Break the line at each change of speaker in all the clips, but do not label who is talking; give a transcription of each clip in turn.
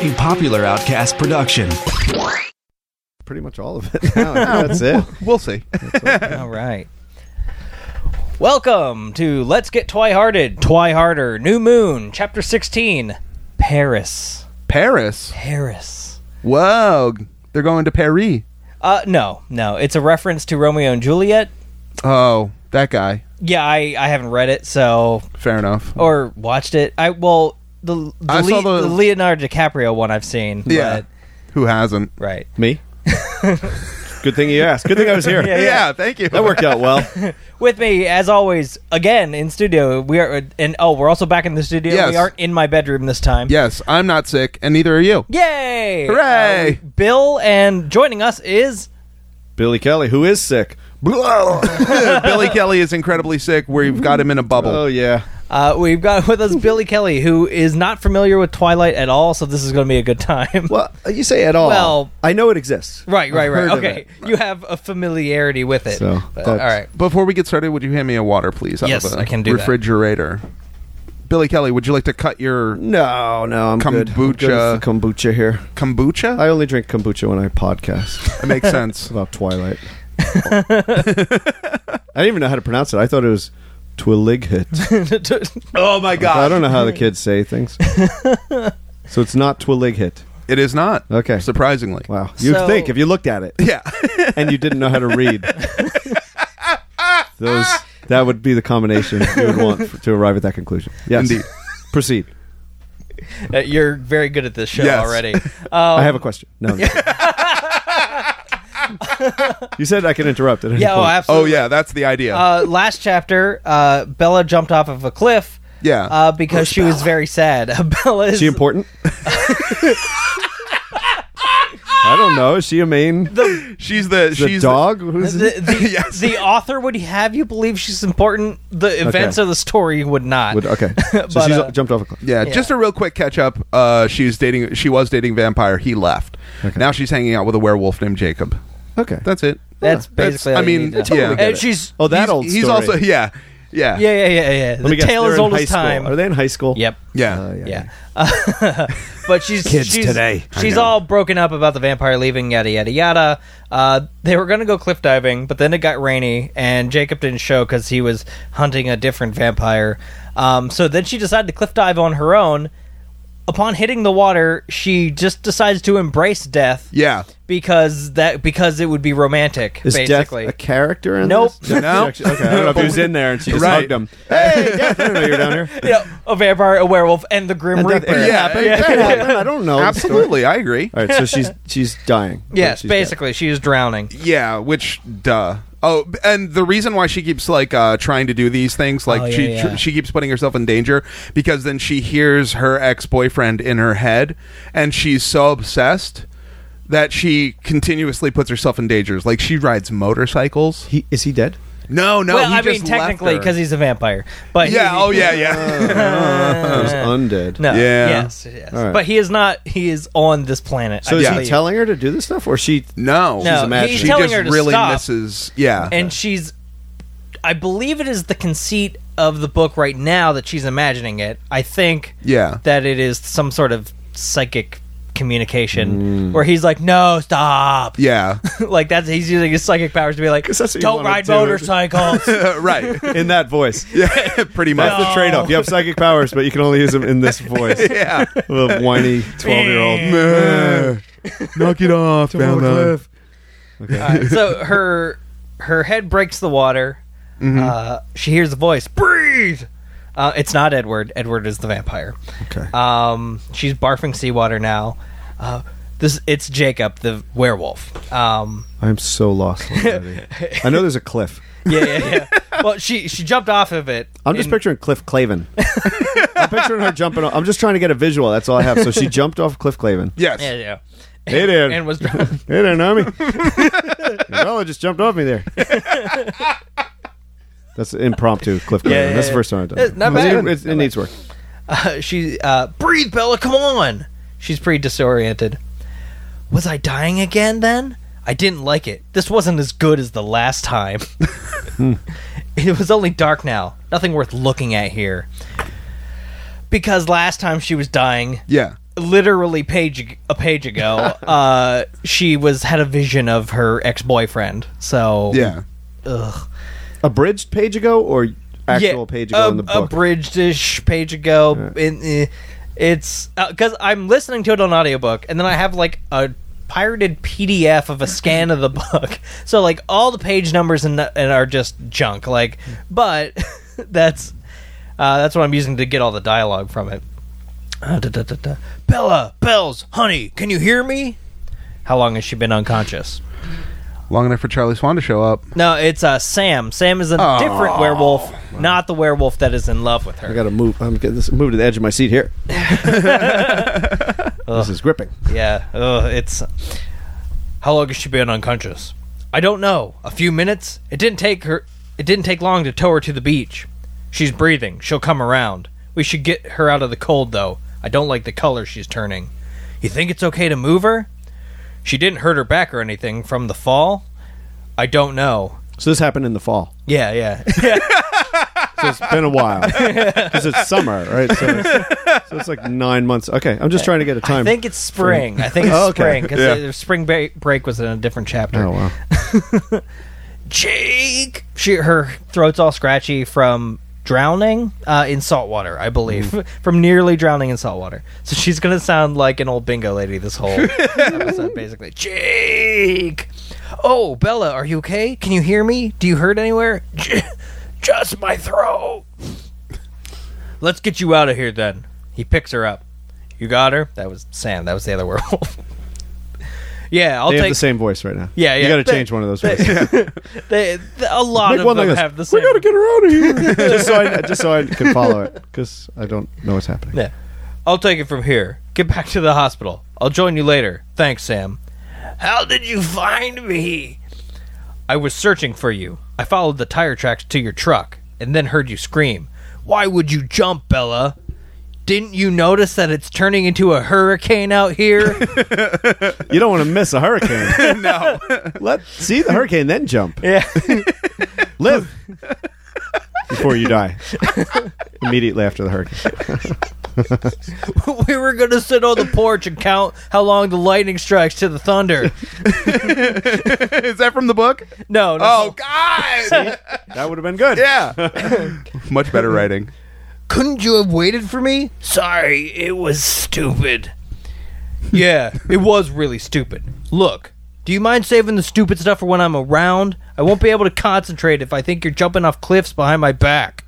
a popular Outcast production.
Pretty much all of it. Now. That's it.
Oh, We'll see.
All right. Welcome to Let's Get Twy Hearted, Twy Harder, New Moon, Chapter 16, Paris.
Paris.
Paris.
Whoa. They're going to Paris.
Uh, no, no. It's a reference to Romeo and Juliet.
Oh, that guy.
Yeah, I, I haven't read it, so.
Fair enough.
Or watched it. I, well, the, the,
I saw
Le-
the-
the Leonardo DiCaprio one I've seen.
yeah. Who hasn't?
But, right.
Me? Good thing you asked. Good thing I was here.
Yeah.
thank you.
That worked out well.
With me, as always, again in studio. We are, and oh, we're also back in the studio.
Yes.
We aren't in my bedroom this time.
Yes, I'm not sick, and neither are you.
Yay!
Hooray!
Uh, Bill, and joining us is
Billy Kelly, who is sick.
Billy Kelly is incredibly sick. We've got him in a bubble.
Oh yeah.
uh, we've got with us Billy Kelly, who is not familiar with Twilight at all, so this is going to be a good time.
Well, uh, you say at all.
Well-
I know it exists.
right, right, right.
heard of
Okay, you have a familiarity with it.
So,
But, all
that's-
right.
Before we get started, would you hand me a water, please? Out
Yes,
of a
I can do that.
Refrigerator. Billy Kelly, would you like to cut your
Mm.
No, no, I'm good. I'm good
Kombucha.
with the kombucha here.
kombucha?
I only drink kombucha when I podcast
That makes sense.
about Twilight. I didn't even know how to pronounce it. I thought it was Twilighit.
oh my god!
I don't know how the kids say things. so it's not Twilighit.
It is not.
Okay.
Surprisingly.
Wow. You'd
So-
think if you looked at it
Yeah.
and you didn't know how to read. Those that would be the combination you would want f to arrive at that conclusion. Yes.
Indeed.
Proceed.
Uh, you're very good at this show
Yes.
already. Uh,
I have a question. No. no. you said I can interrupt at any
yeah, oh,
point.
oh
absolutely.
yeah, that's the idea.
Uh, last chapter, uh, Bella jumped off of a cliff.
Yeah.
Uh, because she was very sad. Bella is
Is she important? I don't know. Is she a main
she's the,
the
she's
dog?
The,
Who's
the, the author would have you believe she's important. The events
Okay.
of the story would not.
Would- okay. So
But,
she's
uh,
jumped off a cliff.
Yeah, just a real quick catch up. Uh, she was dating. She was dating vampire. He left. Now she's hanging out with a werewolf named Jacob.
Okay.
That's it.
That's basically.
I
all you
mean,
need to know.
yeah.
And she's.
Oh, that
he's,
old
He's
story.
also yeah, yeah,
Yeah, yeah, yeah, yeah.
Let
The
me guess,
tale
they're
is
in
old
high
as
school.
time.
Are they in high school?
Yep.
yeah.
Uh, yeah.
Yeah. but she's
Kids
she's,
today. I
She's
know.
all broken up about the vampire leaving. Yada yada yada. Uh, they were gonna go cliff diving, but then it got rainy, and Jacob didn't show because he was hunting a different vampire. Um, so then she decided to cliff dive on her own. Upon hitting the water, she just decides to embrace death.
Yeah.
Because that because it would be romantic.
Is
basically,
Death a character in
Nope.
this? Death-
No.
Okay, I don't know if he was in there and she just
Right.
hugged him. Hey, Death, I didn't know you were down here.
You know, a vampire, a werewolf, and the Grim
And Death-
Reaper.
it happened.
Yeah.
That happened. I don't know. the story.
Absolutely, I agree.
All right, so she's she's dying.
Yes,
She's dead.
basically, she is drowning.
Yeah, which duh. Oh, b- and the reason why she keeps like uh, trying to do these things, like
Oh, yeah,
she
yeah.
Tr- she keeps putting herself in danger because then she hears her ex boyfriend in her head, and she's so obsessed that she continuously puts herself in dangers. Like she rides motorcycles.
He, is he dead?
No, no.
well,
he
I
just
mean, technically,
because
because he's a vampire. But
yeah,
he-
oh yeah, yeah.
Or is undead.
Uh, No.
Yeah.
Yes. Yes.
All right.
But he is not. He is on this planet.
So
I
is
Yeah.
he
believe.
telling her to do this stuff, or she?
no,
No,
imagining.
he's
she
telling
just
her to
really
stop,
misses. Yeah,
and she's. I believe it is the conceit of the book right now that she's imagining it. I think.
Yeah.
That it is some sort of psychic
Mm.
communication where he's like, "No, stop."
yeah.
like that's he's using his psychic powers to be like,
that's what you
"Don't
wanna
ride
do.
motorcycles."
Uh, right.
In that voice.
Yeah, pretty much.
That's the trade-off. You have psychic powers, but you can only use them in this voice.
yeah.
Little whiny twelve-year-old.
Uh, Knock it off, Bella.
Uh, so her her head breaks the water.
Mm-hmm.
Uh, she hears a voice. Breathe. Uh, it's not Edward. Edward is the vampire.
Okay.
Um, she's barfing seawater now. Uh, this it's Jacob the werewolf. Um,
I'm so lost. already. I know there's a cliff.
yeah, yeah, yeah. well, she she jumped off of it.
I'm just
in-
picturing Cliff Clavin. I'm picturing her jumping. Off. I'm just trying to get a visual. That's all I have. So she jumped off Cliff Clavin.
Yes.
Yeah, yeah.
Hey there.
And was drowning.
Hey there, Nami. Umbrella just jumped off me there. That's impromptu Cliff
Yeah,
Clavin.
yeah,
That's the
yeah.
first time I've done
It's
it.
not
It's-
bad.
it's- it needs work.
Uh, she uh, breathe, Bella. Come on. She's pretty disoriented. Was I dying again? Then I didn't like it. This wasn't as good as the last time. it was only dark now. Nothing worth looking at here. Because last time she was dying,
Yeah.
literally page a page ago, uh, she was had a vision of her ex boyfriend. So
Yeah.
ugh.
Abridged page ago or actual
Yeah, um,
page ago
a-
in the book?
abridged-ish page ago. In, eh, it's because I'm listening to it on audiobook, and then I have like a pirated PDF of a scan of the book. So like all the page numbers and and are just junk. Like,
Hmm.
but that's uh, that's what I'm using to get all the dialogue from it. Uh, da, da, da, da. Bella, Bells, honey, can you hear me? How long has she been unconscious?
Long enough for Charlie Swan to show up.
No, it's uh, Sam. Sam is a different werewolf, not the werewolf that is in love with her.
I gotta move. I'm getting this move to the edge of my seat here. this is gripping.
Yeah, ugh, it's. How long has she been unconscious? I don't know. A few minutes. It didn't take her. It didn't take long to tow her to the beach. She's breathing. She'll come around. We should get her out of the cold, though. I don't like the color she's turning. You think it's okay to move her? She didn't hurt her back or anything from the fall. I don't know.
So this happened in the fall.
Yeah, yeah.
So it's been a while because it's summer, right? So it's, so it's like nine months. Okay, I'm just trying to get a
I
time.
think it's spring. I think it's
Oh, okay.
spring because
Yeah.
the spring ba- break was in a different chapter.
Oh wow!
Jake. She her throat's all scratchy from drowning uh, in salt water, I believe,
Mm.
from nearly drowning in salt water. So she's gonna sound like an old bingo lady this whole episode, basically. Jake. Oh, Bella, are you okay? Can you hear me? Do you hurt anywhere? "J- Just my throat. Let's get you out of here, then. He picks her up. You got her. That was Sam. That was the other werewolf. yeah, I'll
They have
take
the same voice right now.
Yeah, yeah.
You got to
They-
change one of those voices.
they, th- a lot
Make
of
one
them
like this.
have the same.
We gotta get her out of here. just so I just so I can follow it because I don't know what's happening.
Yeah. I'll take it from here. Get back to the hospital. I'll join you later. Thanks, Sam. How did you find me? I was searching for you. I followed the tire tracks to your truck and then heard you scream. Why would you jump, Bella? Didn't you notice that it's turning into a hurricane out here?
You don't want to miss a hurricane.
No.
Let see the hurricane, then jump.
yeah.
Live before you die. Immediately after the hurricane.
we were going to sit on the porch and count how long the lightning strikes to the thunder.
Is that from the book?
No, no.
Oh, God.
That would have been good.
yeah. Much better writing.
Couldn't you have waited for me? Sorry, it was stupid. Yeah, it was really stupid. Look, do you mind saving the stupid stuff for when I'm around? I won't be able to concentrate if I think you're jumping off cliffs behind my back.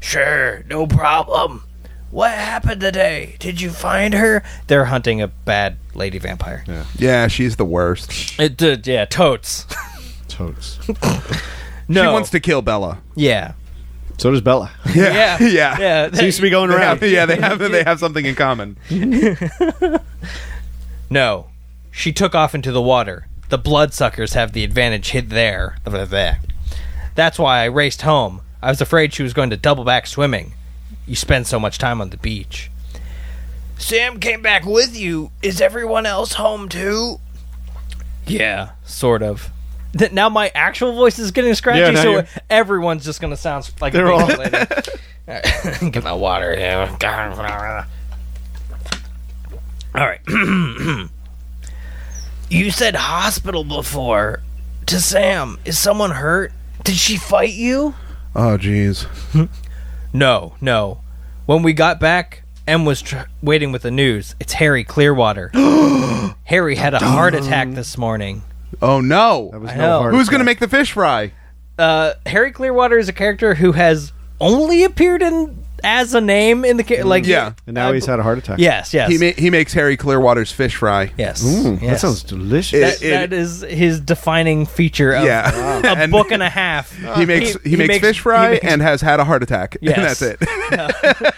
Sure, no problem. What happened today? Did you find her? They're hunting a bad lady vampire. Yeah,
Yeah, she's the worst.
it did. Yeah, totes.
Totes.
No,
She wants to kill Bella.
Yeah,
So does Bella.
yeah,
Yeah.
yeah.
Seems to be going
They
around.
have, yeah, they have they have something in common.
No. She took off into the water. The bloodsuckers have the advantage hid there. Blah, blah. That's why I raced home. I was afraid she was going to double back swimming. You spend so much time on the beach. Sam came back with you. Is everyone else home too? Yeah, sort of. Th- Now my actual voice is getting scratchy,
Yeah, now
so
you're-
everyone's just gonna sound like a
They're
big
all-
old lady. Alright, Get my water. Yeah. All right. you said hospital before to Sam. Is someone hurt? Did she fight you?
Oh, jeez.
No, no. When we got back, Em was tr- waiting with the news. It's Harry Clearwater. Harry had a heart attack this morning.
Oh no.
That was
I
no
know.
hard
Who's going to make the fish fry?
uh, Harry Clearwater is a character who has only appeared in as a name in the ca- like
Yeah.
And now he's had a heart attack.
yes yes
He ma- he makes Harry Clearwater's fish fry.
yes,
Mm,
yes.
That sounds delicious.
That-
It-
that is his defining feature of
Yeah.
a
And-
book and a half.
He makes he, makes, fish fry and has had a heart attack.
Yes.
And that's it.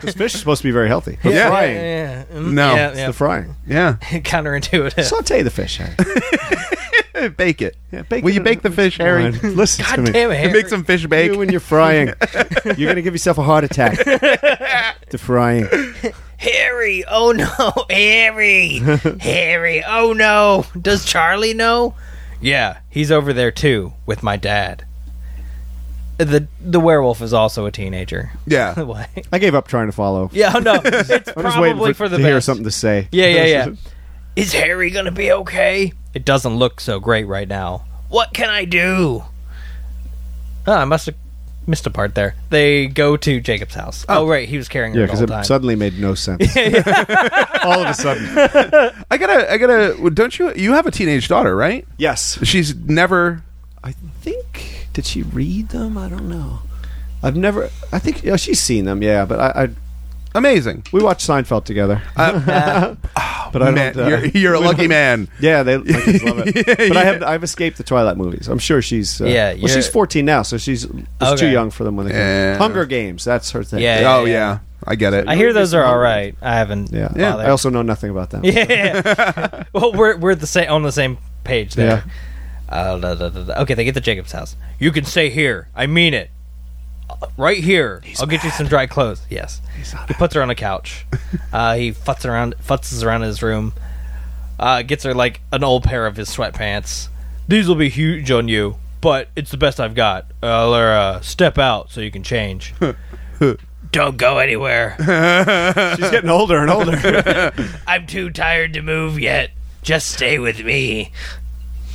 This fish is supposed to be very healthy. The
Yeah.
frying.
Yeah, yeah. Mm,
No.
yeah,
It's the frying.
Yeah.
yeah. counterintuitive.
Saute the fish. Harry.
Bake it.
Yeah, bake
Will
it
you
in-
bake the fish, Harry?
Fine. Listen to
God
me.
damn it! Harry.
Make some fish bake.
You when you're frying, you're gonna give yourself a heart attack. the frying.
Harry, oh no, Harry, Harry, oh no. Does Charlie know? Yeah, he's over there too with my dad. the the werewolf is also a teenager.
Yeah.
Why?
I gave up trying to follow.
yeah, oh no, it's
I'm just waiting
probably for, the
to
best.
hear something to say.
Yeah, yeah, yeah. is Harry gonna be okay? It doesn't look so great right now. What can I do? Oh, I must have missed a part there. They go to Jacob's house. Oh, right, he was carrying her
Yeah,
the
because
whole
it
time.
suddenly made no sense. All of a sudden.
I gotta, I gotta. Don't you? You have a teenage daughter, right?
Yes.
She's never.
I think did she read them? I don't know. I've never. I think yeah, she's seen them. Yeah, but I, I
Amazing.
we watched Seinfeld together. uh, but I
Man,
don't. uh,
you're, you're a
we
lucky
don't-
man.
Yeah, they my kids love it.
Yeah,
but I
yeah.
have I've escaped the Twilight movies. I'm sure she's uh,
Yeah,
Well, she's
you're-
14 now, so she's was too
Okay.
young for them when they came.
Yeah.
Hunger Games. That's her thing.
Yeah.
Oh yeah, I get it.
I hear those are all right. I haven't.
yeah.
bothered.
I also know nothing about them.
Yeah. well, we're we're the same on the same page there.
Yeah.
Uh, da, da, da, da. Okay, they get to Jacob's house. You can stay here. I mean it. Uh, Right here. I'll get you some dry clothes. Yes. He puts her on a couch. uh, he futz around, futzes around his room. Uh, gets her like an old pair of his sweatpants. These will be huge on you, but it's the best I've got. Uh, Lara, step out so you can change. Don't go anywhere.
She's getting older and older.
I'm too tired to move yet. Just stay with me.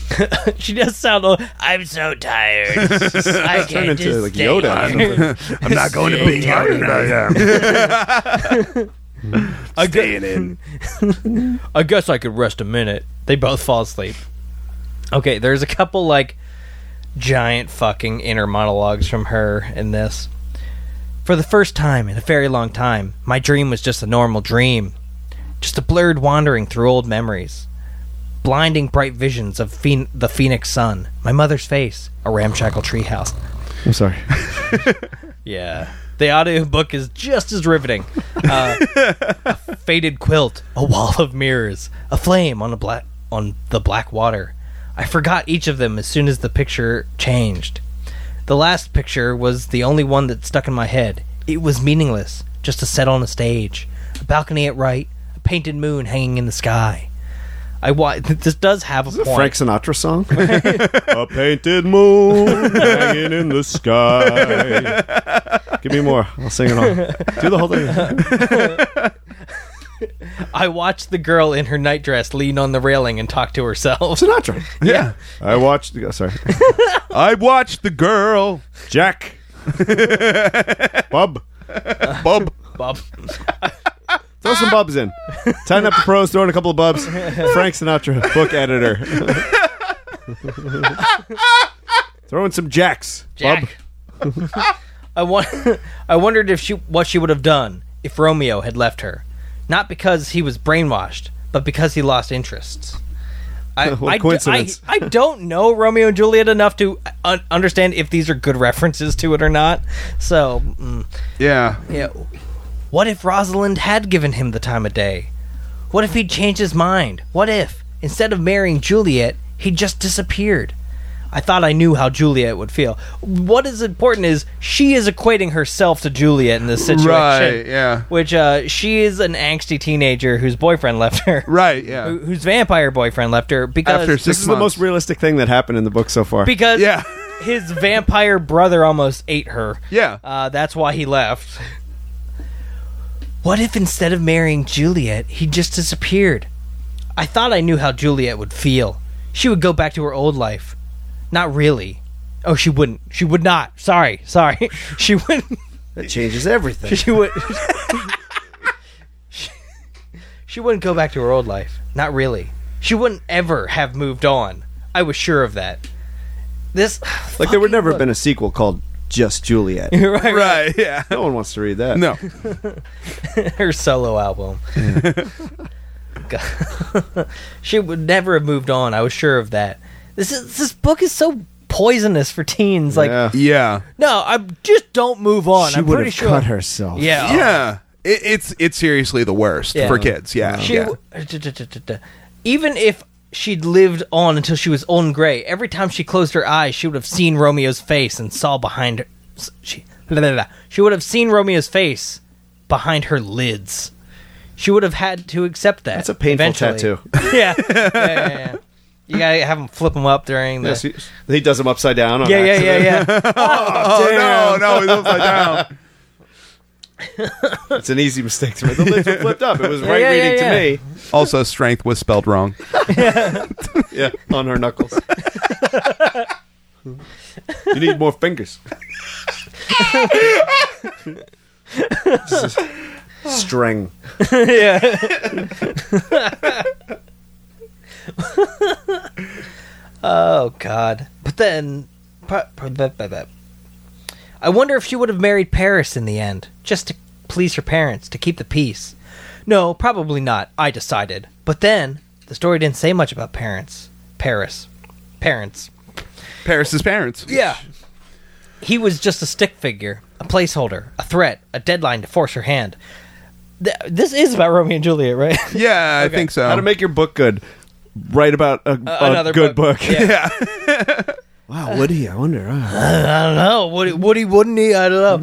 she does sound. Old. I'm so tired. I
Turn
can't
into
just
like
stay
Yoda.
here.
I'm not going to be here tonight. Staying in.
I guess I could rest a minute. They both fall asleep. Okay, there's a couple like giant fucking inner monologues from her in this. For the first time in a very long time, my dream was just a normal dream. Just a blurred wandering through old memories. Blinding bright visions of phoen- the Phoenix sun, my mother's face, a ramshackle treehouse.
I'm sorry.
Yeah. The audiobook is just as riveting. Uh, a faded quilt, a wall of mirrors, a flame on a black on the black water. I forgot each of them as soon as the picture changed. The last picture was the only one that stuck in my head. It was meaningless, just a set on a stage, a balcony at right, a painted moon hanging in the sky. I wa- this does have a point.
Frank Sinatra song. a painted moon hanging in the sky. Give me more. I'll sing it all. Do the whole thing.
I watched the girl in her nightdress lean on the railing and talk to herself.
Sinatra.
Yeah.
I watched. The, sorry,
I watched the girl.
Jack. Bub.
Bub.
Bob.
Throw some bubs in. Tighten up the pros. Throw in a couple of bubs. Frank Sinatra, book editor. throw in some jacks. Bub.
Jack. I want. I wondered if she what she would have done if Romeo had left her, not because he was brainwashed, but because he lost interest. I,
What
I d-
coincidence.
I, I don't know Romeo and Juliet enough to uh, un- understand if these are good references to it or not. So, mm,
Yeah.
yeah. What if Rosalind had given him the time of day? What if he'd changed his mind? What if, instead of marrying Juliet, he just disappeared? I thought I knew how Juliet would feel. What is important is she is equating herself to Juliet in this situation.
Right, yeah.
Which uh, she is an angsty teenager whose boyfriend left her.
Right. Yeah.
Who- Whose vampire boyfriend left her because
After six
This is the most realistic thing that happened in the book so far.
because
Yeah.
his vampire brother almost ate her.
Yeah.
Uh, that's why he left. What if instead of marrying Juliet, he just disappeared? I thought I knew how Juliet would feel. She would go back to her old life. Not really. Oh, she wouldn't. She would not. Sorry, sorry. She wouldn't.
That changes everything.
She would. She- she wouldn't go back to her old life. Not really. She wouldn't ever have moved on. I was sure of that. This
Like there would never have been a sequel called Just Juliet.
right,
right. Yeah.
no one wants to read that.
No.
her solo album. God. she would never have moved on. I was sure of that. This is, this book is so poisonous for teens. Like,
Yeah.
Yeah.
no, I just don't move on.
she
I'm
would
pretty
have
sure.
cut herself.
Yeah,
Yeah. It, it's it's seriously the worst
Yeah.
for kids.
Um,
Yeah.
She, uh,
yeah.
even if she'd lived on until she was old and gray, every time she closed her eyes, she would have seen Romeo's face and saw behind her. She, blah, blah, blah. she would have seen Romeo's face behind her lids. She would have had to accept that.
That's a painful
eventually.
tattoo.
yeah. Yeah, yeah, yeah. You gotta have him flip him up during the.
Yes, he, he does them upside down. On
yeah, yeah, yeah,
accident.
yeah,
Oh no, no, he's upside down.
It's an easy mistake to make. The lids were flipped up. It was right
yeah, yeah,
reading
yeah.
to
Also, strength was spelled wrong.
me. Yeah, on her knuckles. you need more fingers. This is string.
yeah. oh God! But then, I wonder if she would have married Paris in the end, just to please her parents, to keep the peace. No, probably not. I decided. But then, the story didn't say much about parents. Paris, parents.
Paris's parents.
Yeah. He was just a stick figure, a placeholder, a threat, a deadline to force her hand. Th- this is about Romeo and Juliet, right?
Yeah, I think so.
How to make your book good. Write about a, a
another
Oh, good
book.
book.
Yeah.
Wow, Woody, I wonder. Uh, Mm-hmm.
I don't know. Woody, Woody wouldn't he? I don't know.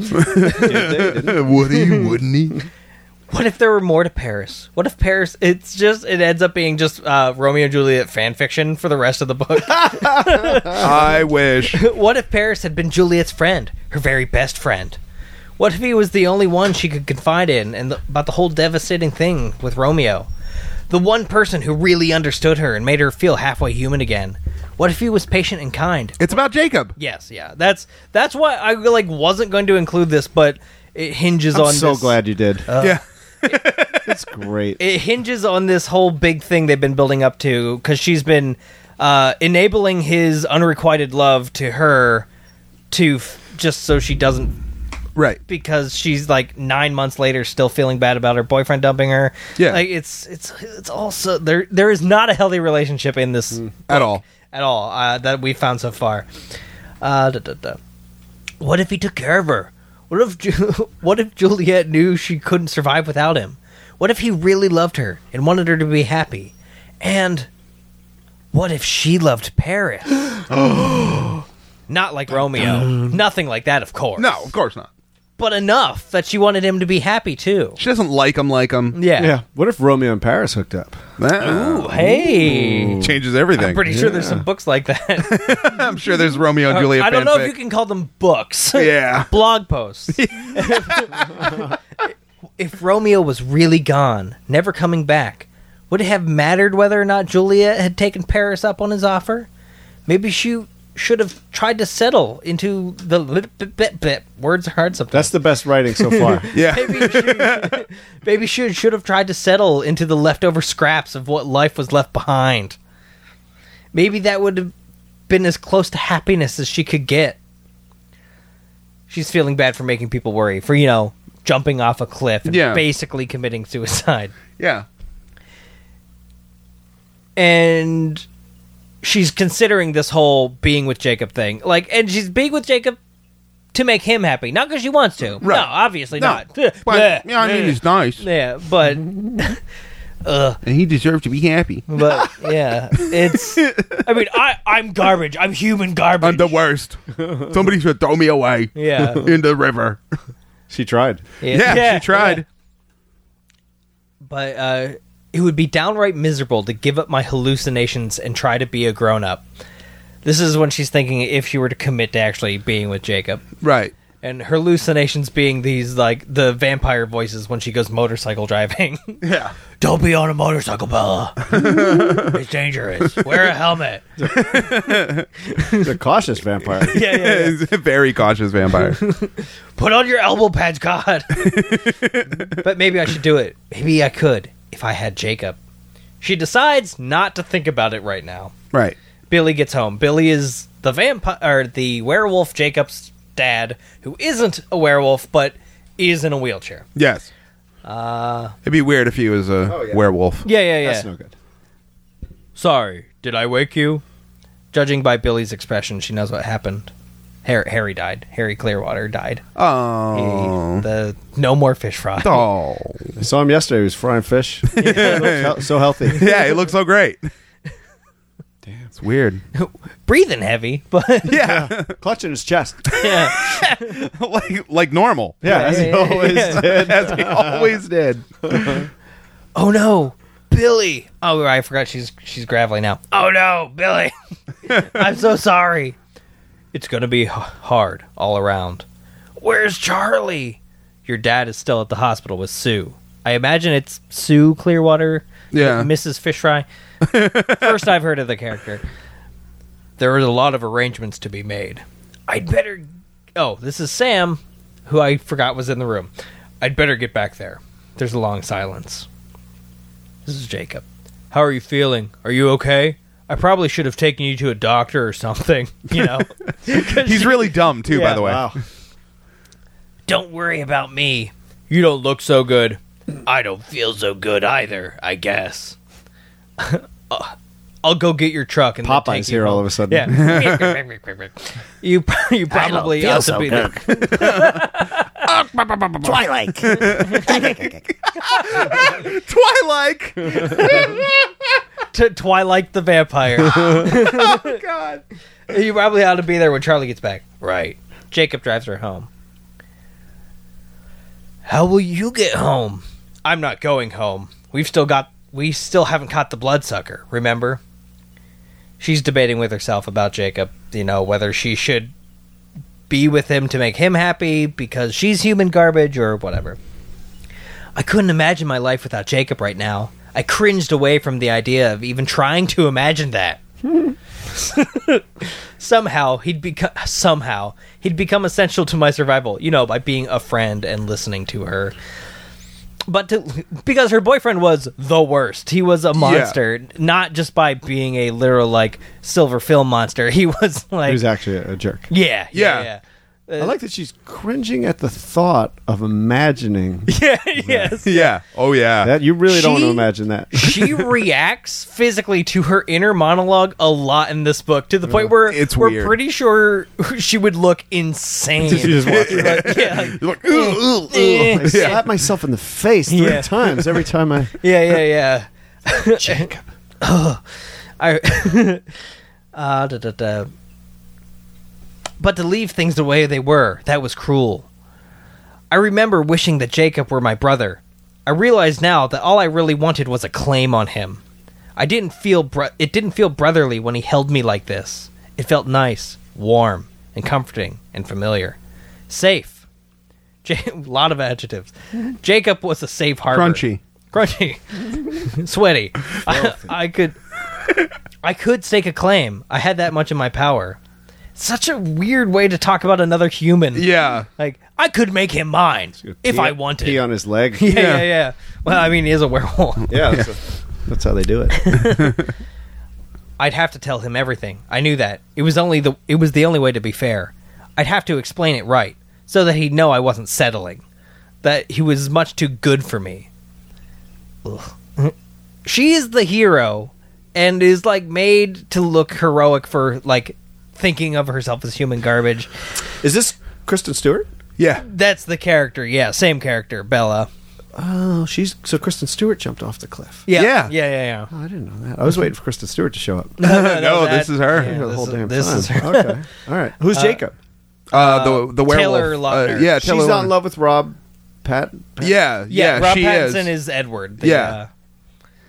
Woody, wouldn't he?
what if there were more to Paris? What if Paris? It's just it ends up being just uh, Romeo and Juliet fan fiction for the rest of the book.
I wish.
what if Paris had been Juliet's friend, her very best friend? What if he was the only one she could confide in and the, about the whole devastating thing with Romeo? The one person who really understood her and made her feel halfway human again. What if he was patient and kind?
It's about Jacob.
Yes, yeah. That's that's why I like wasn't going to include this, but it hinges on
I'm so
this-
glad you did.
Uh.
yeah.
It's great.
it hinges on this whole big thing they've been building up to because she's been uh, enabling his unrequited love to her to f- just so she doesn't
Right.
because she's like nine months later still feeling bad about her boyfriend dumping her
Yeah.
like it's it's it's also there there is not a healthy relationship in this
Mm.
At all.
at all uh, that we found so far. Uh, da, da, da. What if he took care of her? What if Ju- what if Juliet knew she couldn't survive without him? What if he really loved her and wanted her to be happy? And what if she loved Paris? Not like Romeo. Nothing like that, of course.
No, of course not.
But enough that she wanted him to be happy too.
She doesn't like him like him.
Yeah.
Yeah. What if Romeo and Paris hooked up?
Ah,
Ooh, hey.
Changes everything.
I'm pretty sure there's some books like that.
I'm sure there's Romeo and Juliet
I don't know
fanfic.
if you can call them books.
Yeah.
Blog posts. if Romeo was really gone, never coming back, would it have mattered whether or not Juliet had taken Paris up on his offer? Maybe she should have tried to settle into the lit- bit, bit, bit. words are hard sometimes.
That's the best writing so far.
Yeah.
maybe she, maybe she should have tried to settle into the leftover scraps of what life was left behind. Maybe that would have been as close to happiness as she could get. She's feeling bad for making people worry, for, you know, jumping off a cliff and
Yeah.
basically committing suicide.
Yeah.
And she's considering this whole being with Jacob thing. Like, and she's being with Jacob to make him happy, not because she wants to. No, obviously not.
No. But, yeah, I mean, he's nice.
Yeah, but
And he deserves to be happy.
but yeah, it's. I mean, I I'm garbage. I'm human garbage.
I'm the worst. Somebody should throw me away
Yeah.
in the river.
she tried.
Yeah, she tried.
yeah. But uh, it would be downright miserable to give up my hallucinations and try to be a grown up. This is when she's thinking if she were to commit to actually being with Jacob.
Right.
And her hallucinations being these like the vampire voices when she goes motorcycle driving.
Yeah.
Don't be on a motorcycle, Bella. it's dangerous. Wear a helmet. Yeah,
She's a cautious vampire.
yeah, yeah.
He's a very cautious vampire.
Put on your elbow pads, God. but maybe I should do it. Maybe I could if I had Jacob. She decides not to think about it right now.
right.
Billy gets home. Billy is the vampire, or the werewolf Jacob's dad, who isn't a werewolf but is in a wheelchair.
Yes. Uh, It'd be weird if he was a werewolf.
Yeah, yeah, yeah.
That's no good.
Sorry, did I wake you? Judging by Billy's expression, she knows what happened. Harry, Harry died. Harry Clearwater died. He-
Oh.
the no more fish fry.
Oh.
I saw him yesterday. He was frying fish. so, so healthy.
Yeah, he looks so great. Damn. It's weird.
Breathing heavy, but
Yeah.
Clutching his chest.
yeah.
like like normal.
Yeah, as he
yeah, yeah,
always did.
As he always did.
oh no, Billy. Oh, I forgot she's she's gravelly now. Oh no, Billy. I'm so sorry. It's gonna be h- hard all around. Where's Charlie? Your dad is still at the hospital with Sue. I imagine it's Sue Clearwater.
Yeah.
Mrs. Fish Fry. First I've heard of the character. There is a lot of arrangements to be made. I'd better. Oh, this is Sam, who I forgot was in the room. I'd better get back there. There's a long silence. This is Jacob. How are you feeling? Are you okay? I probably should have taken you to a doctor or something, you know. 'Cause
He's
you-
really dumb too,
Yeah.
by the way.
Wow.
Don't worry about me. You don't look so good. I don't feel so good either, I guess. Uh, I'll go get your truck and then take
Popeye's
you
here all
home.
of a sudden.
Yeah. you you probably
feel
also
so
be
good. Twilight.
Twilight.
to Twilight the vampire. oh god. You probably ought to be there when Charlie gets back. Right. Jacob drives her home. How will you get home? I'm not going home. We've still got we still haven't caught the bloodsucker, remember? She's debating with herself about Jacob, you know, whether she should be with him to make him happy because she's human garbage or whatever. I couldn't imagine my life without Jacob right now. I cringed away from the idea of even trying to imagine that. somehow he'd become somehow he'd become essential to my survival, you know, by being a friend and listening to her. But to, because her boyfriend was the worst, he was a monster. Not just by being a literal like silver film monster, he was like
He was actually a, a jerk.
yeah, yeah,
Yeah.
yeah.
I like that she's cringing at the thought of imagining
Yeah, yes.
Yeah. Oh yeah.
that. You really don't want to
She-
imagine that.
she reacts physically to her inner monologue a lot in this book to the point where
It's
we're
weird.
pretty sure she would look insane. Like, yeah, like,
You're like, "Ooh, ooh."
eh.
I slap myself in the face three
Yeah.
times every time I.
yeah, yeah, yeah. Jacob. I. uh, da, da, da. But to leave things the way they were, that was cruel. I remember wishing that Jacob were my brother. I realize now that all I really wanted was a claim on him. I didn't feel bro- it didn't feel brotherly when he held me like this. It felt nice, warm, and comforting and familiar. Safe. Ja- A lot of adjectives. Jacob was a safe harbor.
Crunchy.
Crunchy. Sweaty. I, I could I could stake a claim. I had that much in my power. Such a weird way to talk about another human.
Yeah.
Like I could make him mine if
Pee-
I wanted.
Pee on his leg.
yeah, yeah, yeah. Well, I mean, he is a werewolf.
Yeah, that's, that's how they do it.
I'd have to tell him everything. I knew that. It was only the it was the only way to be fair. I'd have to explain it right so that he'd know I wasn't settling. That he was much too good for me. Ugh. She is the hero and is like made to look heroic for like thinking of herself as human garbage.
Is this Kristen Stewart?
Yeah.
That's the character. Yeah, same character, Bella.
Oh, she's so Kristen Stewart jumped off the cliff.
Yeah. Yeah,
Yeah.
yeah, yeah.
Oh, I didn't know that. I was waiting for Kristen Stewart to show up.
No, this is her.
Yeah,
the
this
whole
is-
damn
this
time.
is her.
Okay. All right. Who's Jacob?
Uh, the the werewolf.
Taylor
Uh,
Lautner.
yeah.
She's
Taylor
not in
Lautner.
love with Rob Pat. Pat-
Yeah. Yeah.
Rob
she
Pattinson
is.
is, Edward. the,
Yeah.
uh,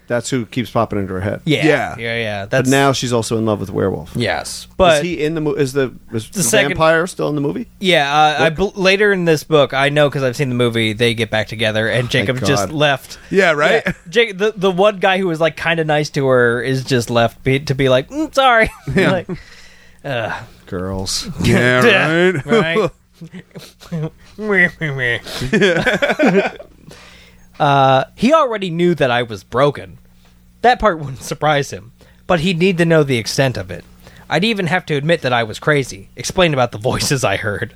That's who keeps popping into her head.
yeah, yeah,
Yeah.
yeah,
But
That's
now she's also in love with werewolf.
yes, but
is he in the movie? Is the, is the,
second-
vampire still in the movie?
Yeah, uh, I bel later in this book, I know because I've seen the movie. They get back together, and Jacob just
Oh, God.
left.
Yeah, right?
Jake, the the one guy who was like kind of nice to her is just left be, to be like, mm, sorry, like,
Girls.
Yeah. Right.
right. Meh, meh, meh. uh, he already knew that I was broken. That part wouldn't surprise him, but he'd need to know the extent of it. I'd even have to admit that I was crazy, explain about the voices I heard.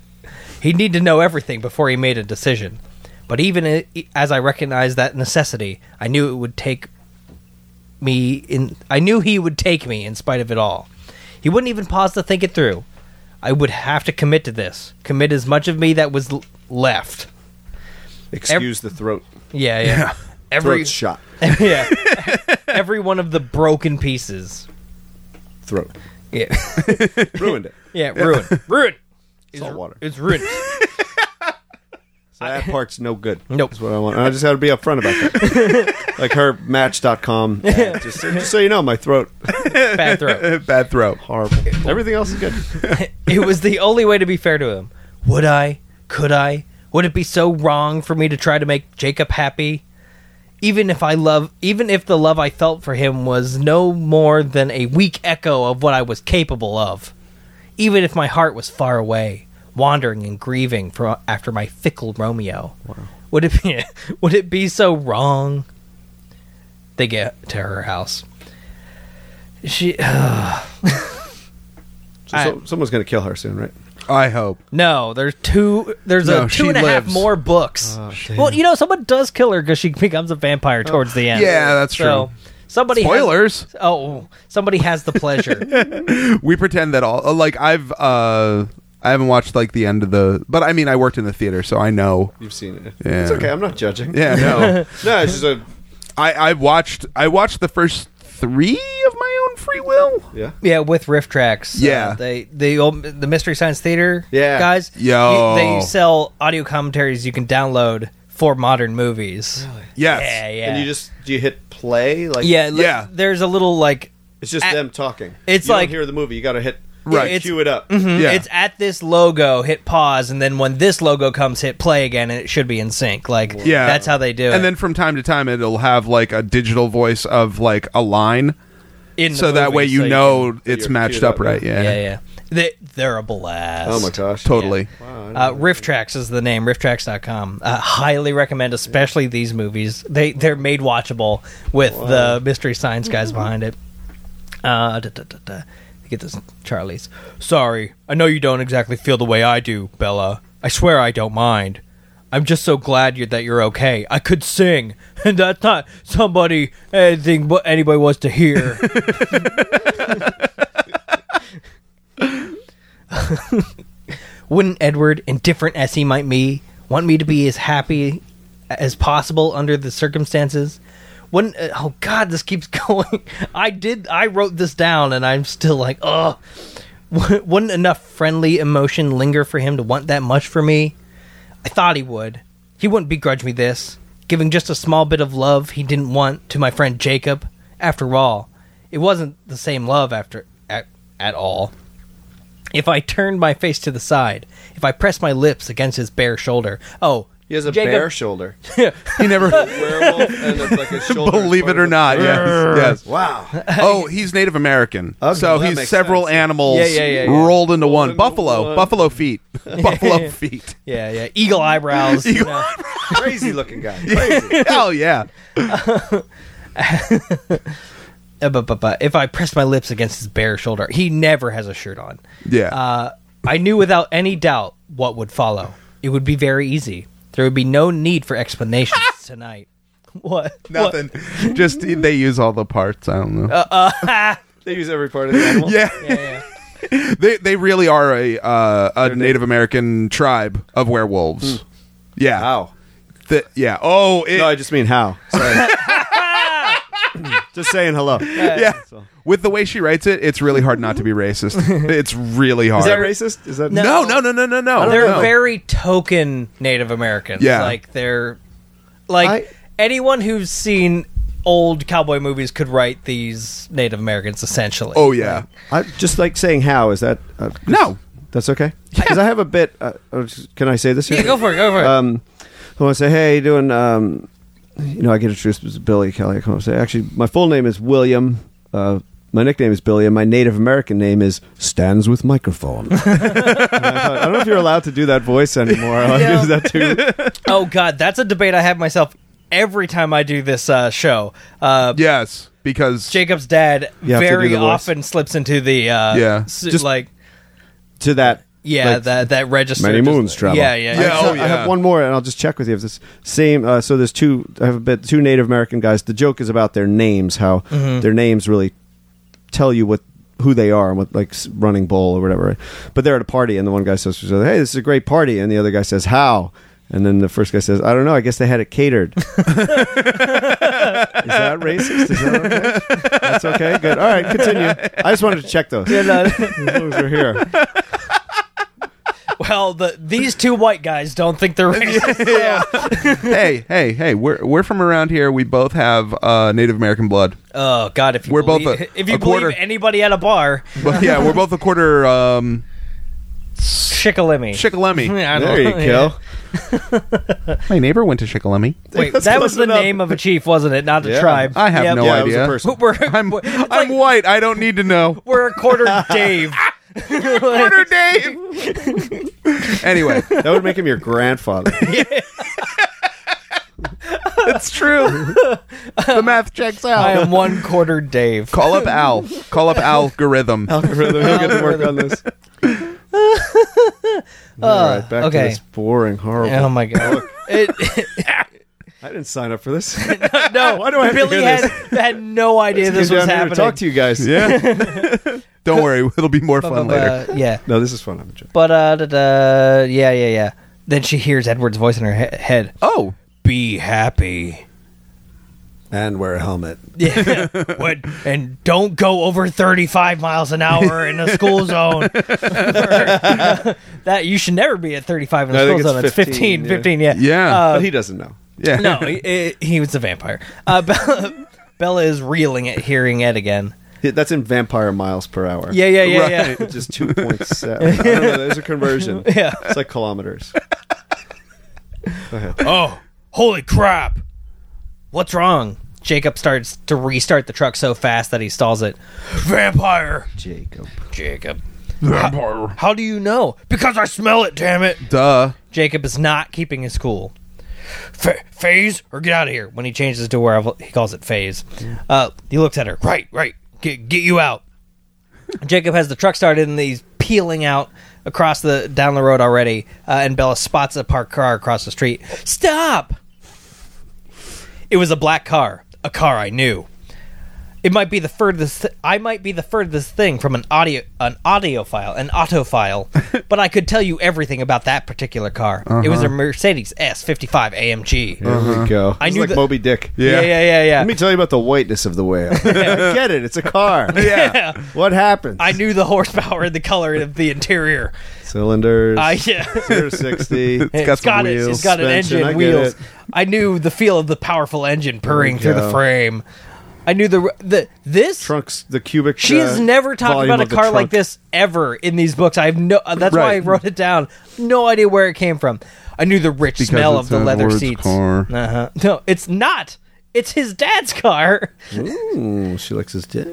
He'd need to know everything before he made a decision. But even i- as I recognized that necessity, I knew it would take me in I knew he would take me in spite of it all. He wouldn't even pause to think it through. I would have to commit to this. Commit as much of me that was l- left.
Excuse the throat.
Yeah, yeah. Every
Throat shot.
yeah. Every one of the broken pieces.
Throat.
Yeah.
Ruined it.
Yeah, ruin. Ruin.
Salt water.
It's ruined.
So that part's no good.
Nope.
That's what I want. And I just had to be upfront about that. like her match.com. Yeah, just, just so you know, my throat.
Bad throat.
Bad throw.
Horrible. Everything else is good.
it was the only way to be fair to him. Would I? Could I? Would it be so wrong for me to try to make Jacob happy? Even if I love, even if the love I felt for him was no more than a weak echo of what I was capable of, even if my heart was far away, wandering and grieving for after my fickle Romeo, would it be, would it be so wrong? They get to her house. She
So,
I-
someone's going to kill her soon, right?
I hope.
No, there's two. There's
No,
a
she
two and a half
lives. Oh,
more books. well, you know, someone does kill her because she becomes a vampire towards the end.
Yeah, that's
So,
true.
Somebody has-
Spoilers.
oh, somebody has the pleasure.
we pretend that all like I've uh I haven't watched like the end of the but I mean I worked in the theater so I know.
You've seen it.
Yeah.
It's okay. I'm not judging.
Yeah, no.
No, it's just a.
I I watched I watched the first 3 of my own free will.
Yeah.
yeah, with riff tracks. Uh,
Yeah.
they the old the Mystery Science Theater.
Yeah.
guys.
Yo.
you- they sell audio commentaries you can download for modern movies.
Yes.
Yeah, yeah.
And you just do you hit play like
yeah, li-
Yeah.
There's a little like
It's just
At-
them talking.
It's
you don't
like- Mm.
hear the movie. You got to hit
Right.
right. Cue it up.
Yeah.
Mm-hmm. It's at this logo, hit pause, and then when this logo comes, hit play again, and it should be in sync. Like,
Yeah.
that's how they do it.
and then from time to time it'll have like a digital voice of like a line
in the
so that
movie,
way you
so
know
you're
it's matched
queued
up
up,
right. Yeah.
can- yeah, yeah. They, they're a blast.
Oh my gosh!
Totally.
Uh, Rifftrax is the name, rifftrax.com. Uh, highly recommend, especially these movies. They, they're made watchable with the Mystery Science guys behind it. Uh, da, da, da, da. Get this, Charlie's. Sorry, I know you don't exactly feel the way I do, Bella. I swear I don't mind. I'm just so glad you're, that you're okay. I could sing, and that's not somebody anything but anybody wants to hear. Wouldn't Edward, indifferent as he might be, want me to be as happy as possible under the circumstances? Wouldn't uh, oh god, this keeps going. I did. I wrote this down, and I'm still like, ugh. Wou- Wouldn't enough friendly emotion linger for him to want that much for me? I thought he would. He wouldn't begrudge me this, giving just a small bit of love he didn't want to my friend Jacob. After all, it wasn't the same love after at, at all. If I turned my face to the side, if I pressed my lips against his bare shoulder, oh,
He has a
Jacob-
bare shoulder.
He never
Werewolf and it's like a shoulder. is
believe
part
it
of
or
the-
not. Yes. Yes.
Wow.
Oh, he's Native American.
Okay,
so
that
he's
makes
several
sense.
animals
Yeah, yeah, yeah, yeah.
rolled into one.
into
buffalo,
one.
buffalo feet. buffalo feet.
yeah, yeah, eagle eyebrows. you know.
Crazy looking guy. Crazy.
Hell yeah.
Uh, but, but, but if I pressed my lips against his bare shoulder, he never has a shirt on.
Yeah.
Uh, I knew without any doubt what would follow. It would be very easy. There would be no need for explanations tonight. What?
Nothing. Just they use all the parts. I don't
Uh,
know.
They use every part of the animal.
yeah.
Yeah,
they they really are a uh, a Native American tribe of werewolves. Yeah.
How?
Th- yeah. Oh, it,
Hmm. No, I just mean how. Sorry. just saying hello.
yeah. With the way she writes it, it's really hard not to be racist. it's really hard.
Is that racist? Oh, Is that
No, no, no, no, no, no.
they're
no.
very token Native Americans.
Yeah.
like they're like
I-
anyone who's seen old cowboy movies could write these Native Americans essentially.
Oh yeah.
I just like saying how. Is that uh,
No.
that's okay? Because I have a bit. Uh, uh, can I say this? Here?
yeah, go for it, go for it.
um, I want to say, hey, you doing? Um, you know, I get introduced as Billy Kelly. I come up and say, actually, my full name is William. Uh, my nickname is Billy, and my Native American name is Stands with Microphone. And I, thought, I don't know if you're allowed to do that voice anymore. Like,
Yeah.
Is that too?
oh god, that's a debate I have myself every time I do this uh, show. Uh,
Yes, because
Jacob's dad
You have to do
very
the voice.
often slips into the uh,
Yeah.
s-
Just-
like
To that.
yeah
like,
that that register
Many
just-
moons travel.
Yeah, yeah,
I,
yeah.
Yeah. oh,
I have one more, and I'll just check with you if this same. Uh, so there's two. I have a bit two Native American guys. The joke is about their names, how
Mm-hmm.
their names really tell you what who they are and what like s- running bull or whatever. But they're at a party, and the one guy says, to the other, "Hey, this is a great party," and the other guy says, "How?" And then the first guy says, "I don't know. I guess they had it catered." is that racist? Is that okay? That's okay. Good. All right. Continue. I just wanted to check those.
no.
As long as we're here.
Oh, well, the, these two white guys don't think they're racist.
hey, hey, hey, we're we're from around here. We both have uh, Native American blood.
Oh God! If you
We're both
believe,
a-
if you
a quarter-
believe anybody at a bar,
But yeah, we're both a quarter um
Shikalimi.
Shikalemi.
I don't
There you
know.
go.
My neighbor went to Shikalemi.
Wait, that was the name of a chief, wasn't it? Not a
Yeah.
tribe.
I have
Yep.
no
Yeah, it was
idea.
a person.
We're,
I'm
we're-
I'm
it's like
white. I don't need to know.
we're a quarter Dave.
Quarter Dave. anyway,
That would make him your grandfather.
it's true. the math checks
I
out.
am one quarter Dave.
Call up Al. Call up algorithm.
Algorithm. He'll get to work on this. All right, back
Uh, okay.
to this boring, horrible.
Oh my god! It,
I didn't sign up for this.
no,
Why do I have to
Billy
hear
had
this?
had no idea this
Came
was
down here to
happening.
talk to you guys.
Yeah. don't worry. It'll be more
But,
fun
but,
later.
uh, yeah,
No, this is fun. I'm joking.
but uh, da, da, yeah, yeah, yeah. Then she hears Edward's voice in her he- head.
Oh,
Be happy.
And wear a helmet.
Yeah. What- and don't go over 35 miles an hour in a school zone. that you should never be at 35 in a
I
school
think it's
zone. It's 15,
15,
15,
yeah.
yeah.
Yeah.
But
Uh,
he doesn't know.
yeah.
no, he, he was a vampire. Uh, Bella, Bella is reeling at hearing Ed again.
Yeah, That's in vampire miles per hour.
Yeah, yeah, yeah, yeah.
Which is 2.7. I don't know. There's a conversion.
Yeah. Uh-huh.
It's like kilometers.
Oh, holy crap. What's wrong? Jacob starts to restart the truck so fast that he stalls it. Vampire.
Jacob.
Jacob. Vampire. How do you know? Because I smell it, damn it.
Duh.
Jacob is not keeping his cool. Fa phase or get out of here. When he changes to where he calls it phase, uh, he looks at her. Right, right. Get, get you out. Jacob has the truck started and he's peeling out across the down the road already. Uh, and Bella spots a parked car across the street. Stop! It was a black car, a car I knew. It might be the furthest. I might be the furthest thing from an audio, an audiophile, an autophile, but I could tell you everything about that particular car. It
Uh-huh.
was a Mercedes S55 AMG.
There we go.
I
It's
knew
like
the-
Moby Dick.
Yeah, yeah, yeah, yeah.
Let me tell you about the whiteness of the whale. I get it. It's a car.
Yeah.
What happens?
I knew the horsepower and the color of the interior.
Cylinders.
I yeah.
zero to 60.
It's got
it's got
some
it.
wheels.
It's got an
suspension,
engine,
I get
wheels.
it.
I knew the feel of the powerful engine purring
we
through the
go.
frame. I knew the the this.
Trunks, the cubic.
she
uh,
has never talked
volume
about a
of the
car like
trunk.
this ever in these books. I have no. uh, that's why I
Right.
wrote it down. No idea where it came from. I knew the rich smell
it's
of the
an
leather
Edwards
seats.
car.
Uh-huh. No, it's not. It's his dad's car.
Ooh, she likes his dick.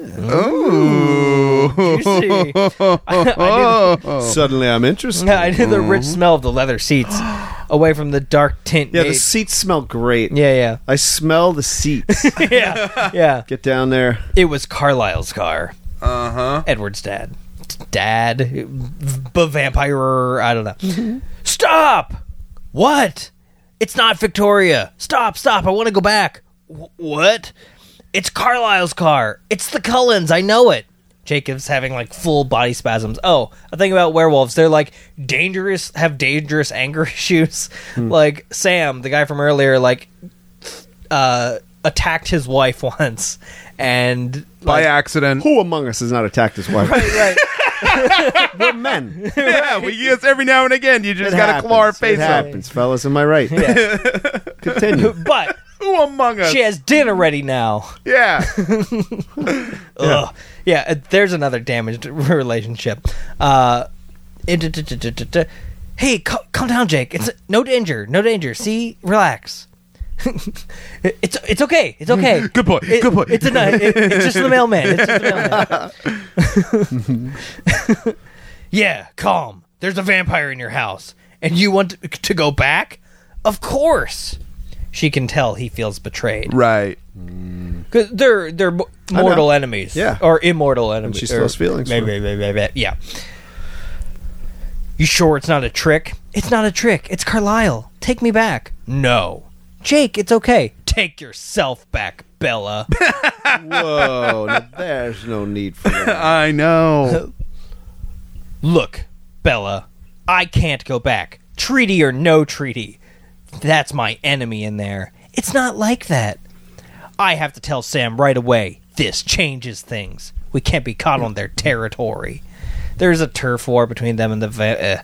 You see, I, I knew the,
Suddenly I'm interested.
I knew the rich smell of the leather seats away from the dark tint.
yeah, the
made-
seats smell great.
yeah, yeah.
I smell the seats.
yeah, yeah.
Get down there.
It was Carlisle's car. Uh huh. Edward's dad. Dad. V- vampire. I don't know. stop! What? It's not Victoria. Stop, stop. I want to go back. "Wh- what? It's Carlisle's car. It's the Cullens. I know it. Jacob's having like full body spasms. Oh, a thing about werewolves. They're like dangerous, have dangerous anger issues. Like Sam, the guy from earlier, like uh, attacked his wife once, and
By
like,
accident.
Who among us has not attacked his wife?
right,
We're men.
yeah, we yes, every now and again you just
It
gotta claw our
happens.
face
It
up.
happens, fellas. Am I right? Continue.
but
Who among us?
she has dinner ready now.
Yeah.
Ugh. Yeah, uh, there's another damaged relationship. Uh, it- d- d- d- d- d- d- hey, c- calm down, Jake. It's no danger, no danger. See, relax. it's it's okay. It's okay.
Good boy,
It-
good boy.
It's a night. It, it's just the mailman. It's just the mailman. yeah, calm. There's a vampire in your house, and you want to, to go back? Of course. She can tell he feels betrayed.
right.
'Cause they're they're mo- mortal enemies,
Yeah.
or immortal enemies.
she
or-
still has feelings for
Blah, blah, blah, blah, blah. Yeah. You sure it's not a trick? It's not a trick. It's Carlisle. Take me back. No, Jake. It's okay. Take yourself back, Bella.
Whoa. now there's no need for that.
I know.
Look, Bella. I can't go back. Treaty or no treaty. That's my enemy in there. It's not like that. I have to tell Sam right away. This changes things. We can't be caught on their territory. There's a turf war between them and the. Va- uh,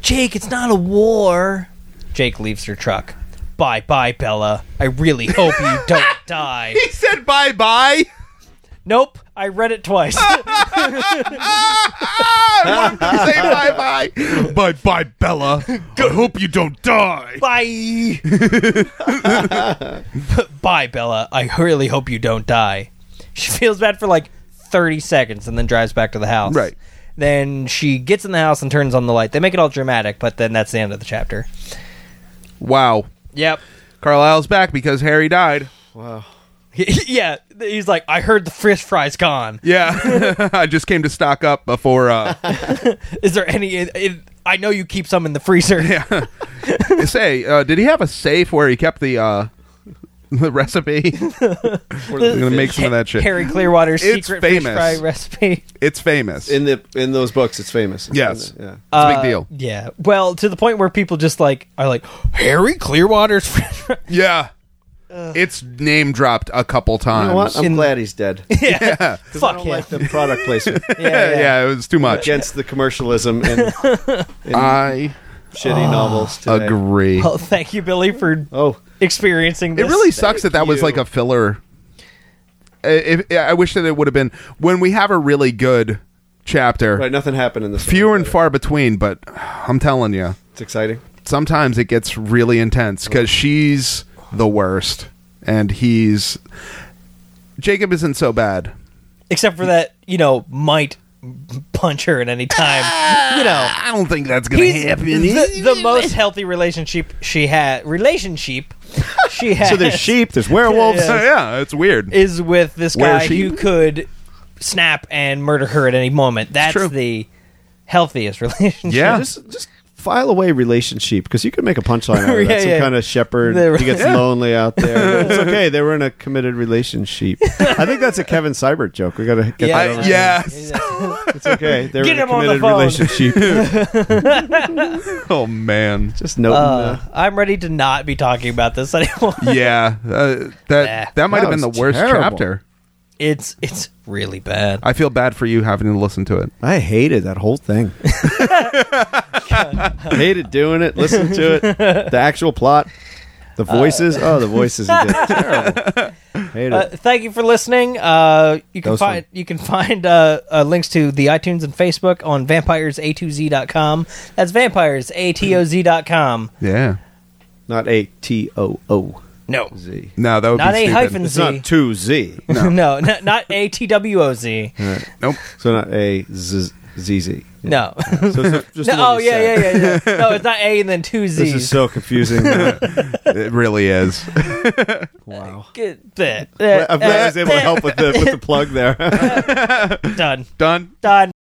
Jake, it's not a war. Jake leaves her truck. Bye bye, Bella. I really hope you don't die.
He said bye bye.
Nope, I read it twice.
I wanted to say bye bye. Bye bye, Bella. I hope you don't die.
Bye. Bye, Bella. I really hope you don't die. She feels bad for like 30 seconds and then drives back to the house.
Right.
Then she gets in the house and turns on the light. They make it all dramatic, but then that's the end of the chapter.
Wow.
Yep.
Carlisle's back because Harry died.
yeah. He's like, I heard the fish fry's gone.
Yeah. I just came to stock up before uh
Is there any. It, it, I know you keep some in the freezer.
say, uh, did he have a safe where he kept the uh the recipe? We're gonna make some of that shit.
Harry Clearwater's
It's
secret
famous.
fish fry recipe.
It's famous.
in the in those books, it's famous. It's
Yes.
in the- yeah.
it's
Uh,
a big deal.
Yeah. Well, to the point where people just like are like Harry Clearwater's fish fry.
Yeah. It's name dropped a couple times.
You know what? I'm
in-
glad he's dead.
Yeah.
I
Fuck
don't
him.
like the product placement
yeah,
yeah, it was too much.
against the commercialism and
I
shitty
Ah,
novels. Today.
agree.
Well, thank you, Billy, for
Oh,
experiencing
It
this.
really sucks that that was like a filler. I- If, I wish that it would have been when we have a really good chapter,
right. Nothing happened in this.
fewer
one,
and
but
far between. But I'm telling you,
It's exciting.
sometimes it gets really intense because she's the worst, and he's Jacob isn't so bad.
except for that, you know, might punch her at any time. you know,
I don't think that's gonna
he's
happen.
the, the most healthy relationship she had. Relationship she had.
So there's sheep. There's werewolves.
So, yeah, it's weird.
is with this
Where
guy
she-
who could snap and murder her at any moment. That's
true.
the healthiest relationship.
yeah,
Just just file away relationship because you can make a punchline out of
Yeah,
that. Some
yeah.
kind of shepherd.
They're-
He gets
Yeah.
lonely out there. it's okay. They were in a committed relationship. I think that's a Kevin Seibert joke. We gotta get
Yeah.
that.
I-
on our-
yes.
It's okay. They were
Get
in a
him on the
committed
phone.
relationship.
Oh man.
just noting
Uh,
that.
I'm ready to not be talking about this anymore.
Yeah, uh,
Nah.
that that might have been the
was
worst
terrible.
chapter.
It's it's really bad.
I feel bad for you having to listen to it.
I hated that whole thing. hated doing it. Listen to it. The actual plot. The
Uh,
voices. oh, the voices. He did. Terrible. Hate
Uh,
it.
thank you for listening. Uh, you can
was
find
fun.
you can find uh, uh, links to the iTunes and Facebook on vampiresa2z.com. That's vampiresa2z.com.
Yeah.
Not A T O O
No,
Z.
No, that would
Not
be
a
stupid.
hyphen
Oh, It's
Z.
not two Z.
no, not, not A T W O Z.
Nope.
So not a z z z.
No.
So it's not- just the
no.
one
Oh
you
yeah,
said.
yeah, yeah, yeah. No, it's not A and then two
This
Z's.
is so confusing.
It really is.
wow.
Get that.
I'm glad I was able to help with the with the plug there.
Done.
Done.
Done.